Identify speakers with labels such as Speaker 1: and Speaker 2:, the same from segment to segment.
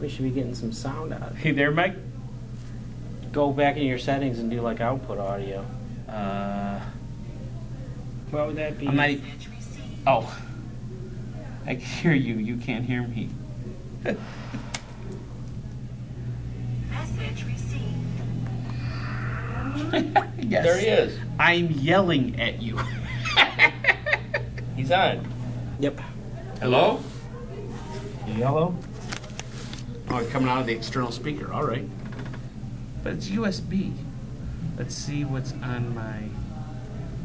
Speaker 1: we should be getting some sound out of it.
Speaker 2: Hey, there, Mike.
Speaker 1: Go back in your settings and do like output audio.
Speaker 2: Uh,
Speaker 1: What would that be?
Speaker 2: I'm not. e- Oh, I can hear you. You can't hear me.
Speaker 3: Message received.
Speaker 2: yes.
Speaker 4: There he is.
Speaker 2: I'm yelling at you.
Speaker 4: He's on.
Speaker 1: e-, Yep.
Speaker 4: Hello?
Speaker 2: Yellow?
Speaker 4: Oh, coming out of the external speaker. All right.
Speaker 2: But it's USB. Let's see what's on my.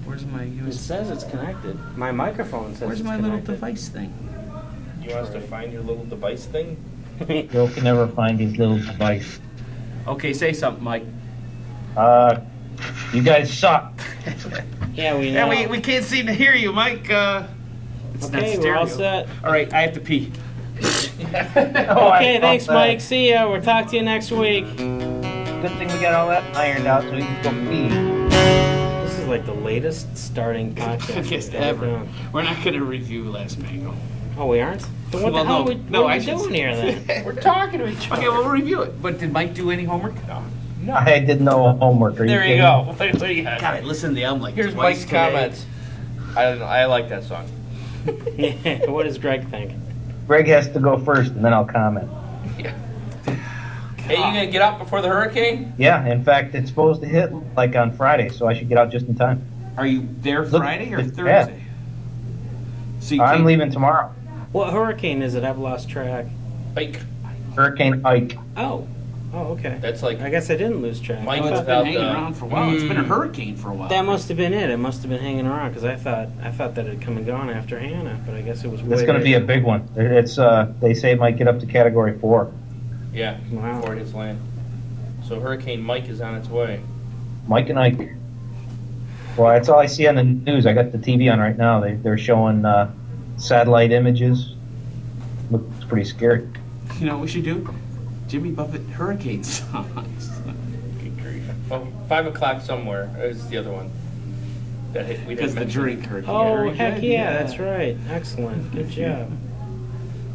Speaker 2: Where's my
Speaker 1: It
Speaker 2: USB?
Speaker 1: says it's connected. My microphone says
Speaker 2: Where's
Speaker 1: it's
Speaker 2: my little
Speaker 1: connected.
Speaker 2: device thing?
Speaker 4: You want us to find your little device thing?
Speaker 5: Joe can never find his little device.
Speaker 2: Okay, say something, Mike.
Speaker 5: Uh, you guys suck.
Speaker 1: Yeah, we
Speaker 2: Yeah,
Speaker 1: know.
Speaker 2: we, we can't seem to hear you, Mike. Uh, it's
Speaker 1: okay,
Speaker 2: not
Speaker 1: we're
Speaker 2: stereo.
Speaker 1: all set.
Speaker 2: All right, I have to pee. Oh,
Speaker 1: Okay, thanks, Mike. See ya. We'll talk to you next week.
Speaker 5: Good thing we got all that ironed out so we can go pee.
Speaker 1: This is like the latest starting podcast
Speaker 2: Just
Speaker 1: we've
Speaker 2: ever.
Speaker 1: ever. done.
Speaker 2: We're not going to review Last Mango.
Speaker 1: Oh, we aren't. Then what
Speaker 2: Well,
Speaker 1: the hell
Speaker 2: no,
Speaker 1: are we,
Speaker 2: no,
Speaker 1: what are
Speaker 2: I
Speaker 1: we
Speaker 2: should-
Speaker 1: doing here then?
Speaker 4: We're talking to each
Speaker 2: Okay, we'll review it. But did Mike do any homework? No.
Speaker 5: I did no homework. Are
Speaker 4: There you
Speaker 5: kidding?
Speaker 4: go. What do you got?
Speaker 2: God, I listened to them like
Speaker 4: Here's
Speaker 2: twice
Speaker 4: Mike's
Speaker 2: today.
Speaker 4: comments. I don't know. I like that song.
Speaker 1: Yeah, what does Greg think?
Speaker 5: Greg has to go first, and then I'll comment.
Speaker 4: Hey, you gonna get out before the hurricane?
Speaker 5: Yeah, in fact, it's supposed to hit like on Friday, so I should get out just in time.
Speaker 2: Are you there
Speaker 5: Look,
Speaker 2: Friday or
Speaker 5: it's bad.
Speaker 2: Thursday? So you
Speaker 5: I'm
Speaker 2: can't-
Speaker 5: leaving tomorrow.
Speaker 1: What hurricane is it? I've lost track.
Speaker 4: Like
Speaker 5: Hurricane Ike.
Speaker 1: Oh. Oh, okay.
Speaker 4: that's like
Speaker 1: I guess I didn't lose track.
Speaker 4: Mike
Speaker 2: Oh, it's
Speaker 4: was
Speaker 2: been
Speaker 4: about
Speaker 2: hanging
Speaker 4: the.
Speaker 2: around for a while. It's been a
Speaker 4: Mm.
Speaker 2: hurricane for a while.
Speaker 1: That must have been it. It must have been hanging around because I thought I thought that it had come and gone after Hannah, but I guess it was.
Speaker 5: That's going to be a big one. It's uh, they say it might get up to Category Four.
Speaker 4: Yeah.
Speaker 1: Wow.
Speaker 4: Before it hits land. So Hurricane Mike is on its way.
Speaker 5: Mike and Ike. Well, that's all I see on the news. I got the TV on right now. They, they're showing uh, satellite images. Looks pretty scary.
Speaker 2: You know what we should do? Jimmy Buffett hurricane songs.
Speaker 4: Good grief. Well, Oh, five o'clock somewhere is the other one. That hit, we
Speaker 2: Because
Speaker 4: didn't
Speaker 2: the
Speaker 4: mention.
Speaker 2: drink hurricane.
Speaker 1: Oh
Speaker 2: Very
Speaker 1: heck
Speaker 2: good,
Speaker 1: yeah, that's right. Excellent. Good job.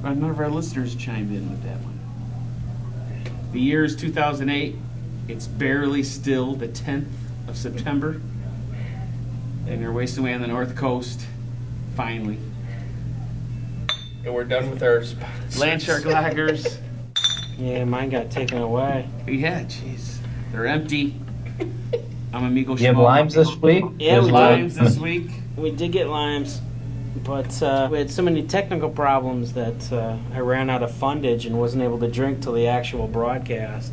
Speaker 2: But None of our listeners chimed in with that one. The year is 2008. It's barely still the 10th of September. And they're wasting away on the north coast. Finally.
Speaker 4: And we're done with our sponsors.
Speaker 2: Landshark lagers.
Speaker 1: Yeah, mine got taken away.
Speaker 2: Yeah, jeez. They're empty. I'm Amigo
Speaker 5: You have
Speaker 2: Schmo.
Speaker 5: limes this week?
Speaker 1: Yeah,
Speaker 5: There's
Speaker 1: we
Speaker 2: Limes
Speaker 5: limes.
Speaker 2: this week.
Speaker 1: We did get limes, but uh, we had so many technical problems that uh, I ran out of fundage and wasn't able to drink till the actual broadcast.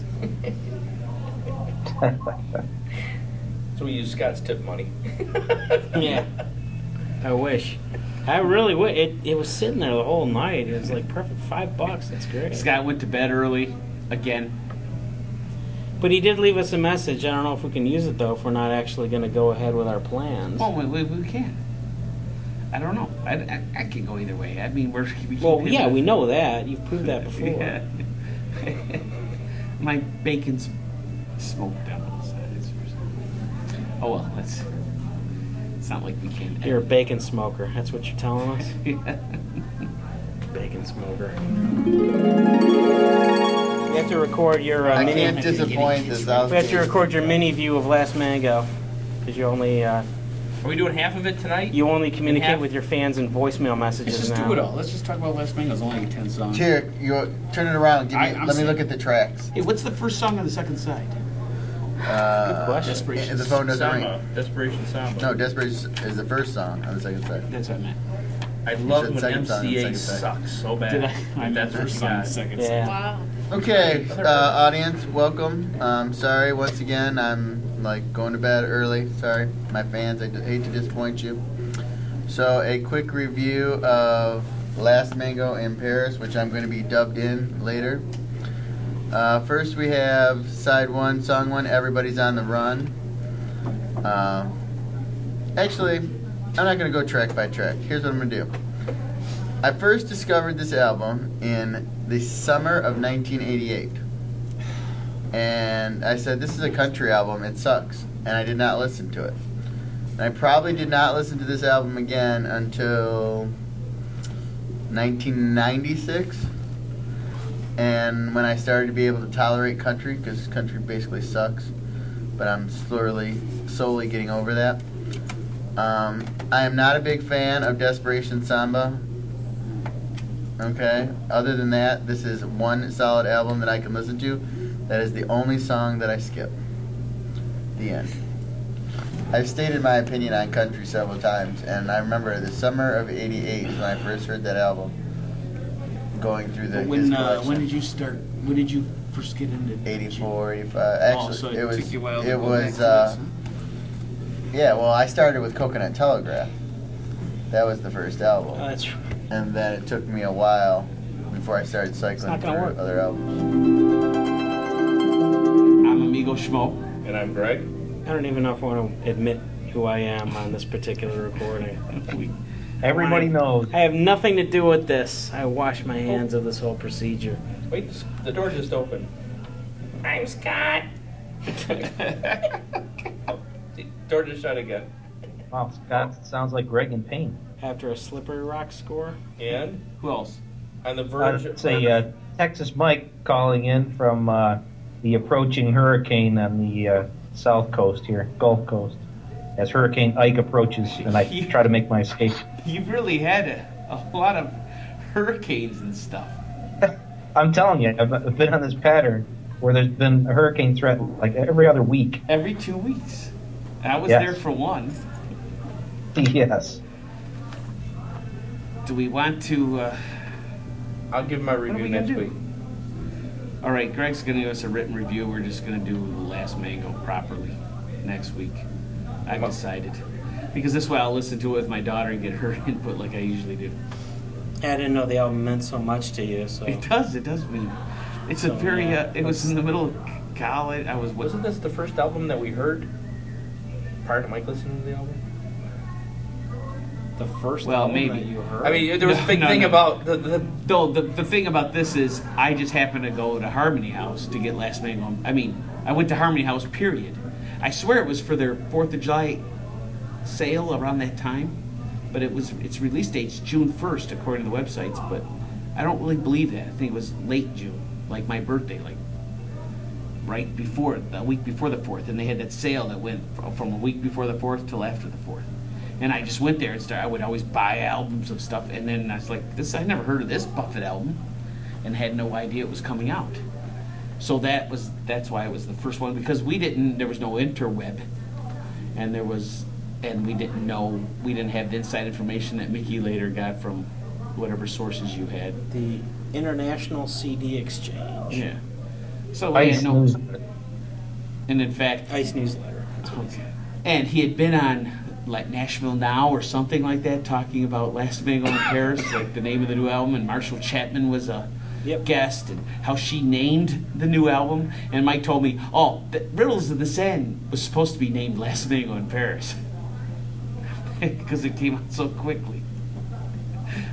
Speaker 4: So we use Scott's tip money.
Speaker 1: Yeah, I wish. I really wish. It, it was sitting there the whole night. It was like perfect five bucks. That's great.
Speaker 2: Scott went to bed early again.
Speaker 1: But he did leave us a message. I don't know if we can use it though. If we're not actually going to go ahead with our plans.
Speaker 2: Well, we, we, we can. I don't know. I, I, I can go either way. I mean, we're. We keep
Speaker 1: Well,
Speaker 2: hitting
Speaker 1: yeah,
Speaker 2: it.
Speaker 1: we know that. You've proved that before.
Speaker 2: Yeah. My bacon's smoked out. on the side. It's- Oh well, that's. It's not like we can.
Speaker 1: You're a bacon smoker. That's what you're telling us.
Speaker 2: Yeah.
Speaker 1: Bacon smoker. You have to record your uh,
Speaker 6: I
Speaker 1: mini.
Speaker 6: can't disappoint this
Speaker 1: We have to
Speaker 6: outfit.
Speaker 1: record your mini view of Last Mango, because you only uh,
Speaker 4: Are we doing half of it tonight?
Speaker 1: you only communicate
Speaker 4: have-
Speaker 1: with your fans in voicemail messages
Speaker 2: Let's just
Speaker 1: now.
Speaker 2: do it all. Let's just talk about Last Mango's only ten songs.
Speaker 6: Here, you turn it around. Give me,
Speaker 2: I- I'm
Speaker 6: let me
Speaker 2: saying-
Speaker 6: look at the tracks.
Speaker 2: Hey, what's the first song on the second side?
Speaker 6: Uh,
Speaker 1: question.
Speaker 6: and the phone doesn't
Speaker 4: Samba.
Speaker 6: ring.
Speaker 4: Desperation Samba.
Speaker 6: No, Desperation is the first song on the second side.
Speaker 2: That's what I meant.
Speaker 4: I love
Speaker 6: said
Speaker 4: when
Speaker 6: second song,
Speaker 4: MCA
Speaker 6: second song.
Speaker 4: sucks so bad.
Speaker 2: Did I? I meant
Speaker 4: That's what
Speaker 2: first
Speaker 4: you
Speaker 2: song,
Speaker 4: got.
Speaker 2: second side.
Speaker 1: Yeah.
Speaker 6: Okay, uh, audience, welcome. Um, sorry once again, I'm like going to bed early. Sorry, my fans, I d- hate to disappoint you. So, a quick review of Last Mango in Paris, which I'm going to be dubbed in later. Uh, first, we have side one, song one, Everybody's on the Run. Uh, actually, I'm not going to go track by track. Here's what I'm going to do. I first discovered this album in the summer of 1988. And I said, This is a country album, it sucks. And I did not listen to it. And I probably did not listen to this album again until 1996. and when I started to be able to tolerate country, because country basically sucks, but I'm slowly, slowly getting over that. Um, I am not a big fan of Desperation Samba. Okay. Other than that, this is one solid album that I can listen to. That is the only song that I skip. The end. I've stated my opinion on country several times, and I remember the summer of '88 when I first heard that album. Going through the his
Speaker 2: when uh,
Speaker 6: collection.
Speaker 2: when did you start? When did you first get into
Speaker 6: 84, 85. Actually,
Speaker 2: Oh, so it
Speaker 6: it,
Speaker 2: took
Speaker 6: was.
Speaker 2: you a while to
Speaker 6: it
Speaker 2: go back
Speaker 6: was.
Speaker 2: to this,
Speaker 6: Uh,
Speaker 2: huh?
Speaker 6: yeah, well, I started with Coconut Telegraph. That was the first album,
Speaker 1: Oh, that's
Speaker 6: and then it took me a while before I started cycling
Speaker 1: not
Speaker 6: through
Speaker 1: gonna work.
Speaker 6: other albums.
Speaker 2: I'm Amigo Schmo.
Speaker 4: And I'm Greg.
Speaker 1: I don't even know if I want to admit who I am on this particular recording.
Speaker 2: We-
Speaker 5: Everybody knows.
Speaker 1: I have nothing to do with this. I wash my hands of this whole procedure.
Speaker 4: Wait, this- the door just opened. I'm Scott. the door just shut again.
Speaker 5: Wow, Scott sounds like Greg in pain.
Speaker 1: After a slippery rock score,
Speaker 4: And
Speaker 2: Who else?
Speaker 4: on the verge
Speaker 5: I'd say uh, Texas Mike calling in from uh, the approaching hurricane on the uh, south coast here, Gulf Coast, as Hurricane Ike approaches, and I try to make my escape.
Speaker 2: You've really had a, a lot of hurricanes and stuff.
Speaker 5: I'm telling you, I've I've been on this pattern where there's been a hurricane threat like every other week.
Speaker 2: Every two weeks. I was
Speaker 5: Yes.
Speaker 2: there for one.
Speaker 5: Yes.
Speaker 2: Do we want to? Uh,
Speaker 4: I'll give my
Speaker 2: are
Speaker 4: review
Speaker 2: we gonna
Speaker 4: next
Speaker 2: do?
Speaker 4: week.
Speaker 2: all right, Greg's going to give us a written review. We're just going to do the last mango properly next week. I've
Speaker 4: Well-
Speaker 2: decided. Because this way I'll listen to it with my daughter and get her input like I usually do.
Speaker 1: I didn't know the album meant so much to you. So
Speaker 2: It does. It does mean. It's
Speaker 1: So,
Speaker 2: a very.
Speaker 1: yeah.
Speaker 2: Uh, it was in the middle of college. I was.
Speaker 4: Wasn't this the first album that we heard? Prior to Mike listening to the album?
Speaker 1: the first
Speaker 2: Well,
Speaker 1: album
Speaker 2: maybe.
Speaker 1: that you heard.
Speaker 4: I mean, there was
Speaker 2: No,
Speaker 4: a big
Speaker 2: no,
Speaker 4: thing
Speaker 2: no.
Speaker 4: about the, the
Speaker 2: No, the, the thing about this is I just happened to go to Harmony House to get Last Mango. I mean, I went to Harmony House, period. I swear it was for their 4th of July sale around that time, but it was its release date's June 1st, according to the websites, but I don't really believe that. I think it was late June, like my birthday, like right before, the week before the 4th, and they had that sale that went fr- from a week before the 4th till after the 4th. And I just went there and started, I would always buy albums of stuff, and then I was like, this, I never heard of this Buffett album, and had no idea it was coming out. So that was, that's why it was the first one, because we didn't, there was no interweb, and there was, and we didn't know, we didn't have the inside information that Mickey later got from whatever sources you had.
Speaker 1: the International CD Exchange,
Speaker 2: Yeah. So we
Speaker 5: Ice
Speaker 2: had no,
Speaker 5: news.
Speaker 2: and in fact,
Speaker 1: Ice Newsletter.
Speaker 2: And he had been on like Nashville Now or something like that, talking about Last Mango in Paris, like the name of the new album, and Marshall Chapman was a
Speaker 1: Yep.
Speaker 2: guest, and how she named the new album. And Mike told me, oh, the Riddles of the Sand was supposed to be named Last Mango in Paris because it came out so quickly.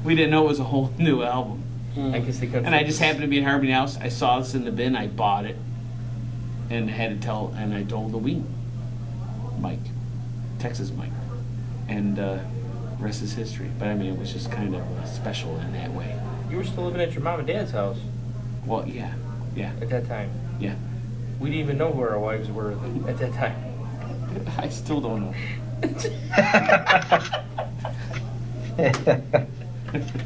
Speaker 2: We didn't know it was a whole new album.
Speaker 4: I guess they couldn't.
Speaker 2: Mm. And I just happened to be in Harmony House. I saw this in the bin. I bought it, and had to tell. And I told the wing, Mike, Texas Mike, and uh, rest is history. But I mean, it was just kind of uh, special in that way.
Speaker 4: You were still living at your mom and dad's house
Speaker 2: Well, yeah, yeah,
Speaker 4: at that time.
Speaker 2: yeah.
Speaker 4: We didn't even know who our wives were at that time.
Speaker 2: I still don't know.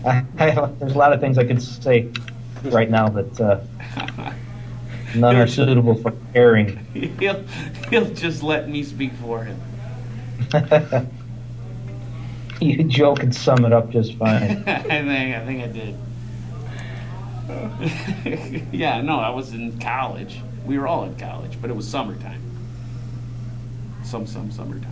Speaker 5: I, I, there's a lot of things I could say right now, but uh, none are suitable for airing.
Speaker 2: he'll he'll just let me speak for him.
Speaker 5: you Joe can sum it up just fine.
Speaker 2: I think I think I did. yeah, no, I was in college. We were all in college, but it was summertime. Some some summertime.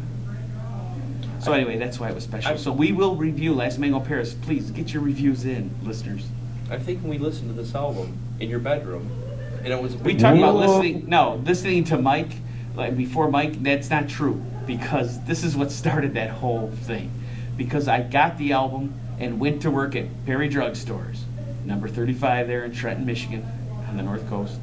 Speaker 2: So anyway, that's why it was special. so we will review Last Mango Paris. Please get your reviews in, listeners.
Speaker 4: I'm thinking we listened to this album in your bedroom, and it was.
Speaker 2: We talk about
Speaker 5: Whoa.
Speaker 2: listening. No, listening to Mike, like before Mike. That's not true because this is what started that whole thing. Because I got the album and went to work at Perry Drug Stores, number 35 there in Trenton, Michigan, on the North Coast.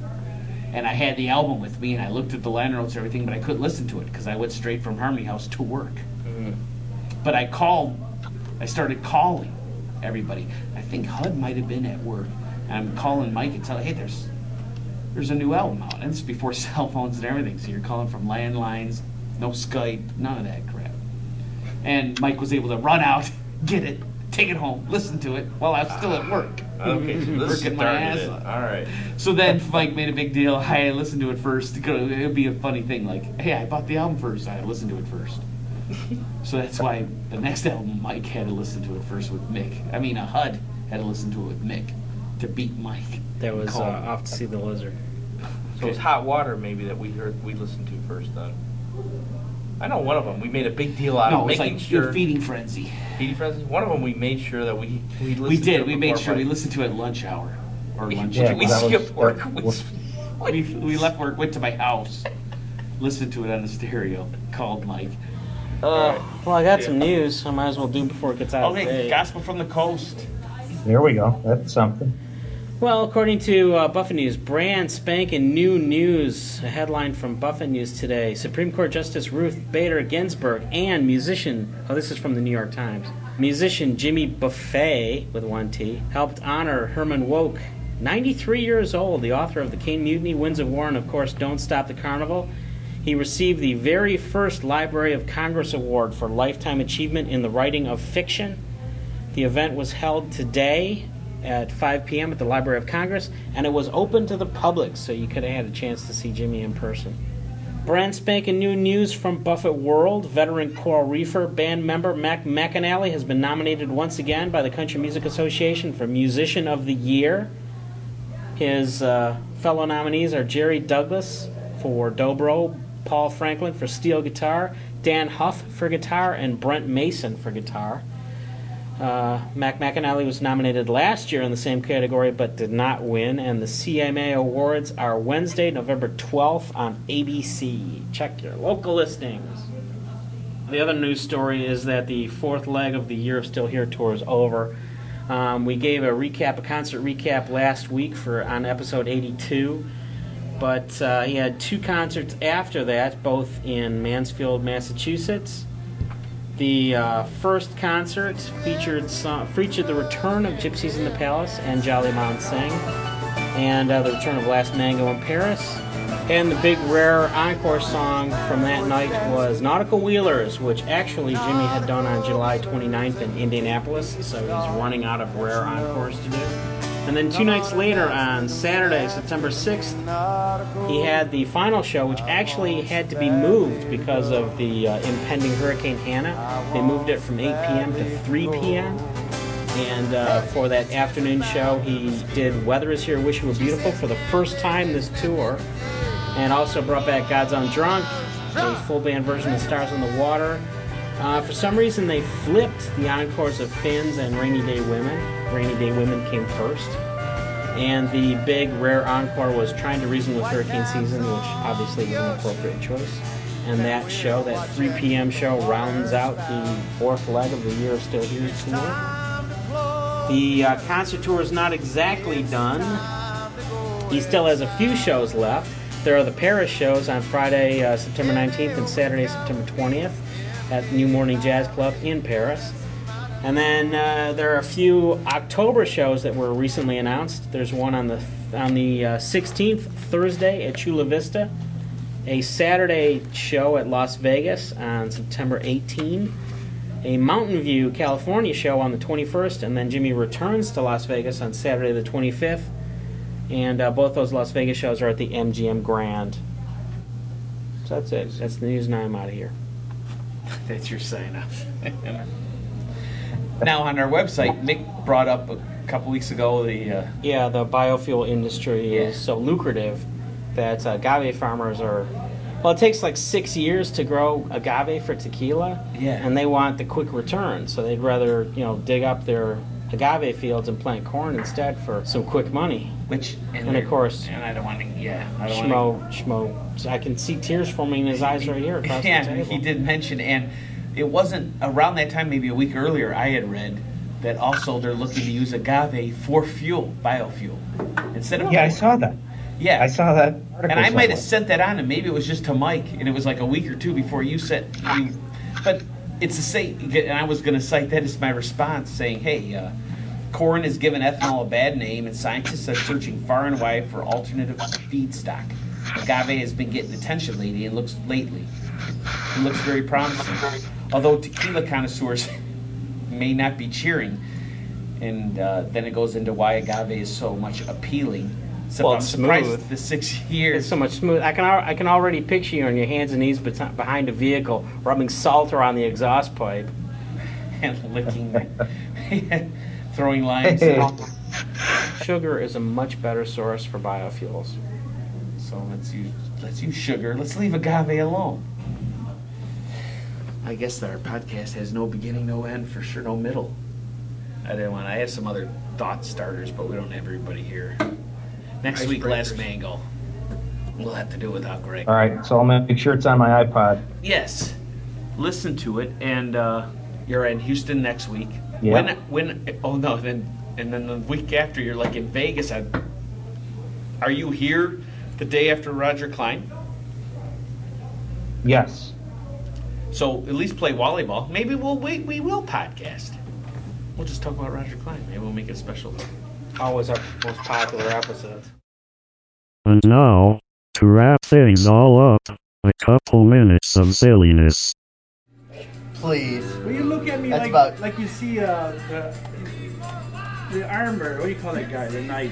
Speaker 2: And I had the album with me, and I looked at the line notes and everything, but I couldn't listen to it because I went straight from Harmony House to work. But I called, I started calling everybody. I think HUD might have been at work. And I'm calling Mike and telling, hey, there's there's a new album out. And it's before cell phones and everything. So you're calling from landlines, no Skype, none of that crap. And Mike was able to run out, get it, take it home, listen to it while I was still at work.
Speaker 4: Ah, Okay, so this
Speaker 2: Working
Speaker 4: started
Speaker 2: my ass
Speaker 4: it.
Speaker 2: off.
Speaker 4: All right.
Speaker 2: So then Mike made a big deal. Hey, I listened to it first. It would be a funny thing, like, hey, I bought the album first. I listened to it first. so that's why the next album, Mike had to listen to it first with Mick. I mean, a HUD had to listen to it with Mick to beat Mike.
Speaker 1: That was uh,
Speaker 2: Call.
Speaker 1: off to see the lizard.
Speaker 4: So it's hot water maybe that we heard we listened to first then. I know one of them. We made a big deal out
Speaker 2: no,
Speaker 4: of
Speaker 2: it was
Speaker 4: making
Speaker 2: like
Speaker 4: sure.
Speaker 2: your feeding frenzy.
Speaker 4: Petey Francis. One of them we made sure that we we listened
Speaker 2: we
Speaker 4: To
Speaker 2: did. We
Speaker 4: before
Speaker 2: made sure we
Speaker 4: Mike-
Speaker 2: listened to it at lunch hour or lunch.
Speaker 4: We,
Speaker 5: Yeah,
Speaker 4: we
Speaker 5: 'cause that was-
Speaker 4: skipped work. We,
Speaker 5: that-
Speaker 2: we, we left work, went to my house, listened to it on the stereo, called Mike.
Speaker 1: Uh, well, I got some news. I might as well do it before it gets out of
Speaker 2: Okay,
Speaker 1: date.
Speaker 2: Gospel from the Coast.
Speaker 5: There we go. That's something.
Speaker 1: Well, according to uh, Buffett News, brand spanking new news. A headline from Buffett News today: Supreme Court Justice Ruth Bader Ginsburg and musician. Oh, this is from the New York Times. Musician Jimmy Buffet with one T helped honor Herman Woke, 93 years old, the author of the Cane Mutiny, Winds of War, and of course, Don't Stop the Carnival. He received the very first Library of Congress Award for lifetime achievement in the writing of fiction. The event was held today at 5 p.m. at the Library of Congress, and it was open to the public, so you could have had a chance to see Jimmy in person. Brand spanking new news from Buffett World. Veteran Coral Reefer band member Mac McAnally has been nominated once again by the Country Music Association for Musician of the Year. His uh, fellow nominees are Jerry Douglas for Dobro, Paul Franklin for steel guitar, Dan Huff for guitar, and Brent Mason for guitar. Uh, Mac McAnally was nominated last year in the same category but did not win, and the CMA Awards are Wednesday, November 12th on ABC. Check your local listings. The other news story is that the fourth leg of the Year of Still Here tour is over. Um, we gave a recap, a concert recap last week for on episode 82, but uh, he had two concerts after that, both in Mansfield, Massachusetts. The uh, first concert featured some, featured the return of Gypsies in the Palace and Jolly Mon Singh, and uh, the return of Last Mango in Paris. And the big rare encore song from that night was Nautical Wheelers, which actually Jimmy had done on July 29th in Indianapolis, so he's running out of rare encores to do. And then two nights later, on Saturday, September 6th, he had the final show, which actually had to be moved because of the uh, impending Hurricane Hannah. They moved it from 8 p.m. to 3 p.m. And uh, for that afternoon show, he did Weather Is Here, Wish You Were Beautiful for the first time this tour. And also brought back God's Own Drunk, a full band version of Stars on the Water. Uh, for some reason, they flipped the encores of Finns and Rainy Day Women. Rainy Day Women came first. And the big rare encore was Trying to Reason with Hurricane Season, which obviously was an appropriate choice. And that show, that 3 p.m. show, rounds out the fourth leg of the Year of Still Here tour. The uh, concert tour is not exactly done. He still has a few shows left. There are the Paris shows on Friday, uh, September 19th, and Saturday, September 20th, at New Morning Jazz Club in Paris. And then uh, there are a few October shows that were recently announced. There's one on the on the uh, 16th Thursday at Chula Vista, a Saturday show at Las Vegas on September 18, a Mountain View California show on the 21st, and then Jimmy returns to Las Vegas on Saturday the 25th. And uh, both those Las Vegas shows are at the MGM Grand. So that's it. That's the news, and I'm out of here.
Speaker 2: That's your sign up. now on our website, Mick brought up a couple weeks ago the uh,
Speaker 1: Yeah, the biofuel industry
Speaker 2: Yeah.
Speaker 1: is so lucrative that uh, agave farmers are. Well, it takes like six years to grow agave for tequila,
Speaker 2: Yeah.
Speaker 1: and they want the quick return, so they'd rather you know dig up their agave fields and plant corn instead for some quick money.
Speaker 2: which
Speaker 1: And of
Speaker 2: they're-
Speaker 1: course-
Speaker 2: and I don't want to yeah I don't wanna-
Speaker 1: Schmo, schmo. So I can see tears forming in his eyes right here across the
Speaker 2: and
Speaker 1: table.
Speaker 2: he did mention, and it wasn't around that time, maybe a week earlier, I had read that also they're looking to use agave for fuel, biofuel, instead of
Speaker 5: Yeah, I saw that.
Speaker 2: yeah.
Speaker 5: I saw that. Article
Speaker 2: and I might have
Speaker 5: somewhere.
Speaker 2: sent that on, and maybe it was just to Mike, and it was like a week or two before you sent. You, but it's the same, and I was going to cite that as my response, saying, "Hey, uh, Corn has given ethanol a bad name, and scientists are searching far and wide for alternative feedstock. Agave has been getting attention lately and looks lately. It looks very promising. Although tequila connoisseurs may not be cheering, and uh, then it goes into why agave is so much appealing. So
Speaker 1: Well,
Speaker 2: I'm
Speaker 1: it's
Speaker 2: surprised
Speaker 1: smooth.
Speaker 2: the six
Speaker 1: It's
Speaker 2: years.
Speaker 1: so much smooth. I can al- I can already picture you on your hands and knees beti- behind a vehicle, rubbing salt around the exhaust pipe.
Speaker 2: and licking, throwing lines.
Speaker 1: Sugar is a much better source for biofuels.
Speaker 2: So let's use let's use sugar. Let's leave agave alone. I guess our podcast has no beginning, no end, for sure, no middle. I didn't want. I had some other thought starters, but we don't have everybody here. Next week, last mango. We'll have to do it without Greg.
Speaker 5: All right, so I'll make sure it's on my iPod.
Speaker 2: Yes, listen to it, and uh, you're in Houston next week.
Speaker 5: Yeah.
Speaker 2: When when oh no then and then the week after you're like in Vegas. I, are you here the day after Roger Klein?
Speaker 5: Yes.
Speaker 2: So at least play volleyball. Maybe we'll wait. We will podcast. We'll just talk about Roger Klein. Maybe we'll make it special.
Speaker 1: Always our most popular episodes.
Speaker 3: And now, to wrap things all up, a couple minutes of silliness.
Speaker 6: Please.
Speaker 7: Will you look at me
Speaker 6: That's
Speaker 7: like
Speaker 6: about-
Speaker 7: like you see uh, the the armor? What do you call that guy? The knight.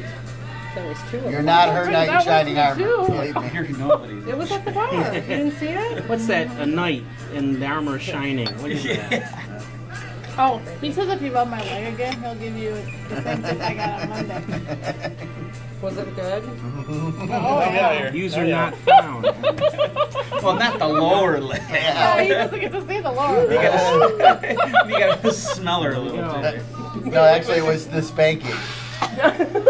Speaker 8: There was two of
Speaker 6: You're
Speaker 8: them.
Speaker 6: not her knight in
Speaker 9: That
Speaker 6: shining
Speaker 9: wasn't
Speaker 6: armor.
Speaker 9: you.
Speaker 6: Believe me.
Speaker 2: Here nobody's.
Speaker 9: It was at the bar. You didn't see it?
Speaker 1: What's that? A knight in the armor shining. What is that?
Speaker 9: Oh, he says if you rub my leg again, he'll give you the same thing I got on Monday.
Speaker 8: Was it good?
Speaker 9: Oh, yeah.
Speaker 1: User not found.
Speaker 2: well, not the lower lip.
Speaker 9: Oh, he doesn't get to see the Lord.
Speaker 2: You gotta, you gotta smell her a little bit.
Speaker 6: No, actually, it was the spanking.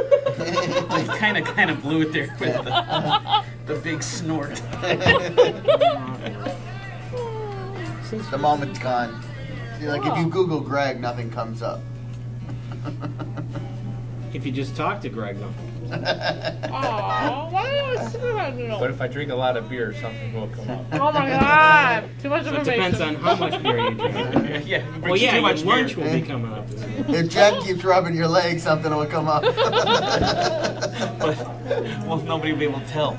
Speaker 2: Like kind of, kind of blew it there with the, the big snort.
Speaker 6: The moment's gone. See, like if you Google Greg, nothing comes up.
Speaker 1: If you just talk to Greg, though.
Speaker 9: Oh Aw, why do you always sit around you?
Speaker 4: But if I drink a lot of beer, something will come up.
Speaker 9: Oh my god, too much
Speaker 1: So it
Speaker 9: information.
Speaker 1: depends on how much beer you drink.
Speaker 2: yeah, it brings
Speaker 1: Well, yeah,
Speaker 2: too
Speaker 1: your
Speaker 2: much beer.
Speaker 1: lunch will be coming up.
Speaker 6: If Jen keeps rubbing your leg, something will come up.
Speaker 2: But, well, nobody will be able to tell.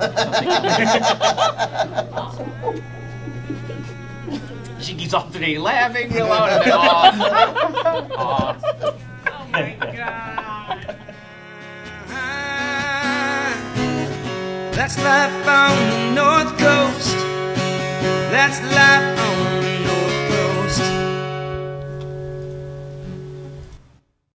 Speaker 2: she keeps alternating laughing real loud and then, "Aw." Aw.
Speaker 9: Oh my god.
Speaker 2: That's life.